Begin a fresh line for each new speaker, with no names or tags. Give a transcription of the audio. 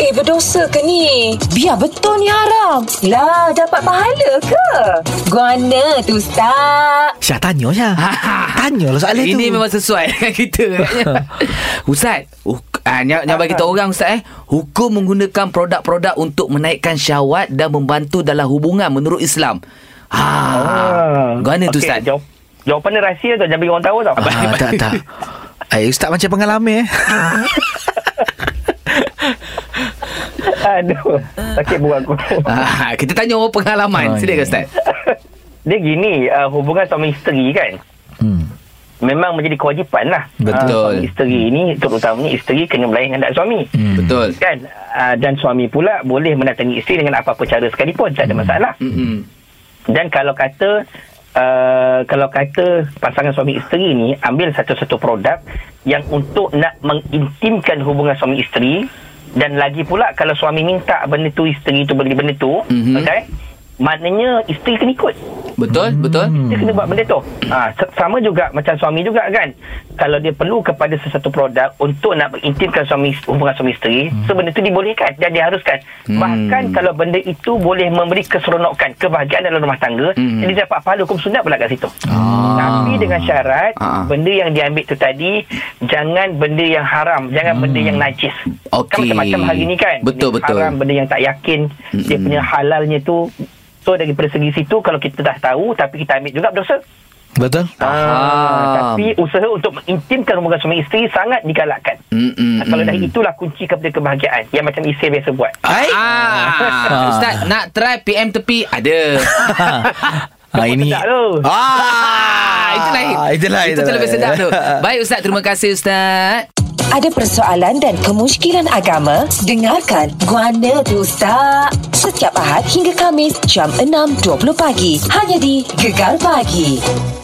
Eh, berdosa ke ni?
Biar betul ni haram.
Lah, dapat pahala ke? Guana tu, Ustaz.
Syah tanya Syah Tanya lah soalan tu
Ini memang sesuai dengan kita agaknya. Ustaz huk- ah, Ni ni bagi tahu orang Ustaz eh Hukum menggunakan produk-produk Untuk menaikkan syahwat Dan membantu dalam hubungan Menurut Islam Ha, ah, Gana tu
Okey,
Ustaz
Jawab, jawapan dia rahsia tau. Jangan bagi orang tahu tau.
ah, Tak tak Eh ustaz macam pengalaman eh
Aduh. Sakit buat aku.
ah, Kita tanya orang pengalaman
Oh,
Silakan
ya.
Ustaz
dia gini, uh, hubungan suami isteri kan.
hmm.
Memang menjadi kewajipan lah.
Betul.
Ah, suami isteri ini, terutamanya isteri kena melayan anak suami.
Hmm.
Betul
Kan? Uh, dan suami pula boleh mendatangi isteri dengan apa-apa cara sekalipun. Tak ada
Hmm.
masalah.
Mm-mm.
Dan kalau kata Uh, kalau kata pasangan suami isteri ni ambil satu-satu produk yang untuk nak mengintimkan hubungan suami isteri dan lagi pula kalau suami minta benda tu isteri tu beli benda tu
Mhm.
mm-hmm. okey maknanya isteri kena ikut
Betul
Hmm.
Betul
dia kena buat benda tu ha, se- sama juga macam suami juga kan kalau dia perlu kepada sesuatu produk untuk nak mengintimkan suami hubungan suami isteri so benda tu dibolehkan dan diharuskan
Hmm.
bahkan kalau benda itu boleh memberi keseronokan kebahagiaan dalam rumah tangga
Hmm.
jadi dapat pahala hukum sunat pula kat situ
Ah.
tapi dengan syarat
Ah.
benda yang diambil tu tadi jangan benda yang haram jangan benda yang najis
Hmm. Okey.
kan macam-macam hari ni kan
Betul,
benda yang
betul.
haram benda yang tak yakin
Mm-mm.
dia punya halalnya tu So daripada segi situ kalau kita dah tahu tapi kita ambil juga berdosa.
Betul
Faham.
Ah, tapi usaha untuk mengintimkan hubungan suami isteri sangat digalakkan.
Mm-mm.
Mm-hmm. Kalau dah itulah kunci kepada kebahagiaan yang macam isteri biasa buat.
Hai
Ah, Ustaz nak try PM tepi Ada
ah, Ini
sedap tu.
Ah,
Ah, Itu lain
Itu lain
Itu tu lebih sedap tu Baik Ustaz Terima kasih Ustaz
Ada persoalan dan kemusykilan agama? Dengarkan Guana tu, Ustaz. Setiap Ahad hingga Kamis, jam 6.20 pagi. Hanya di Gegar Pagi.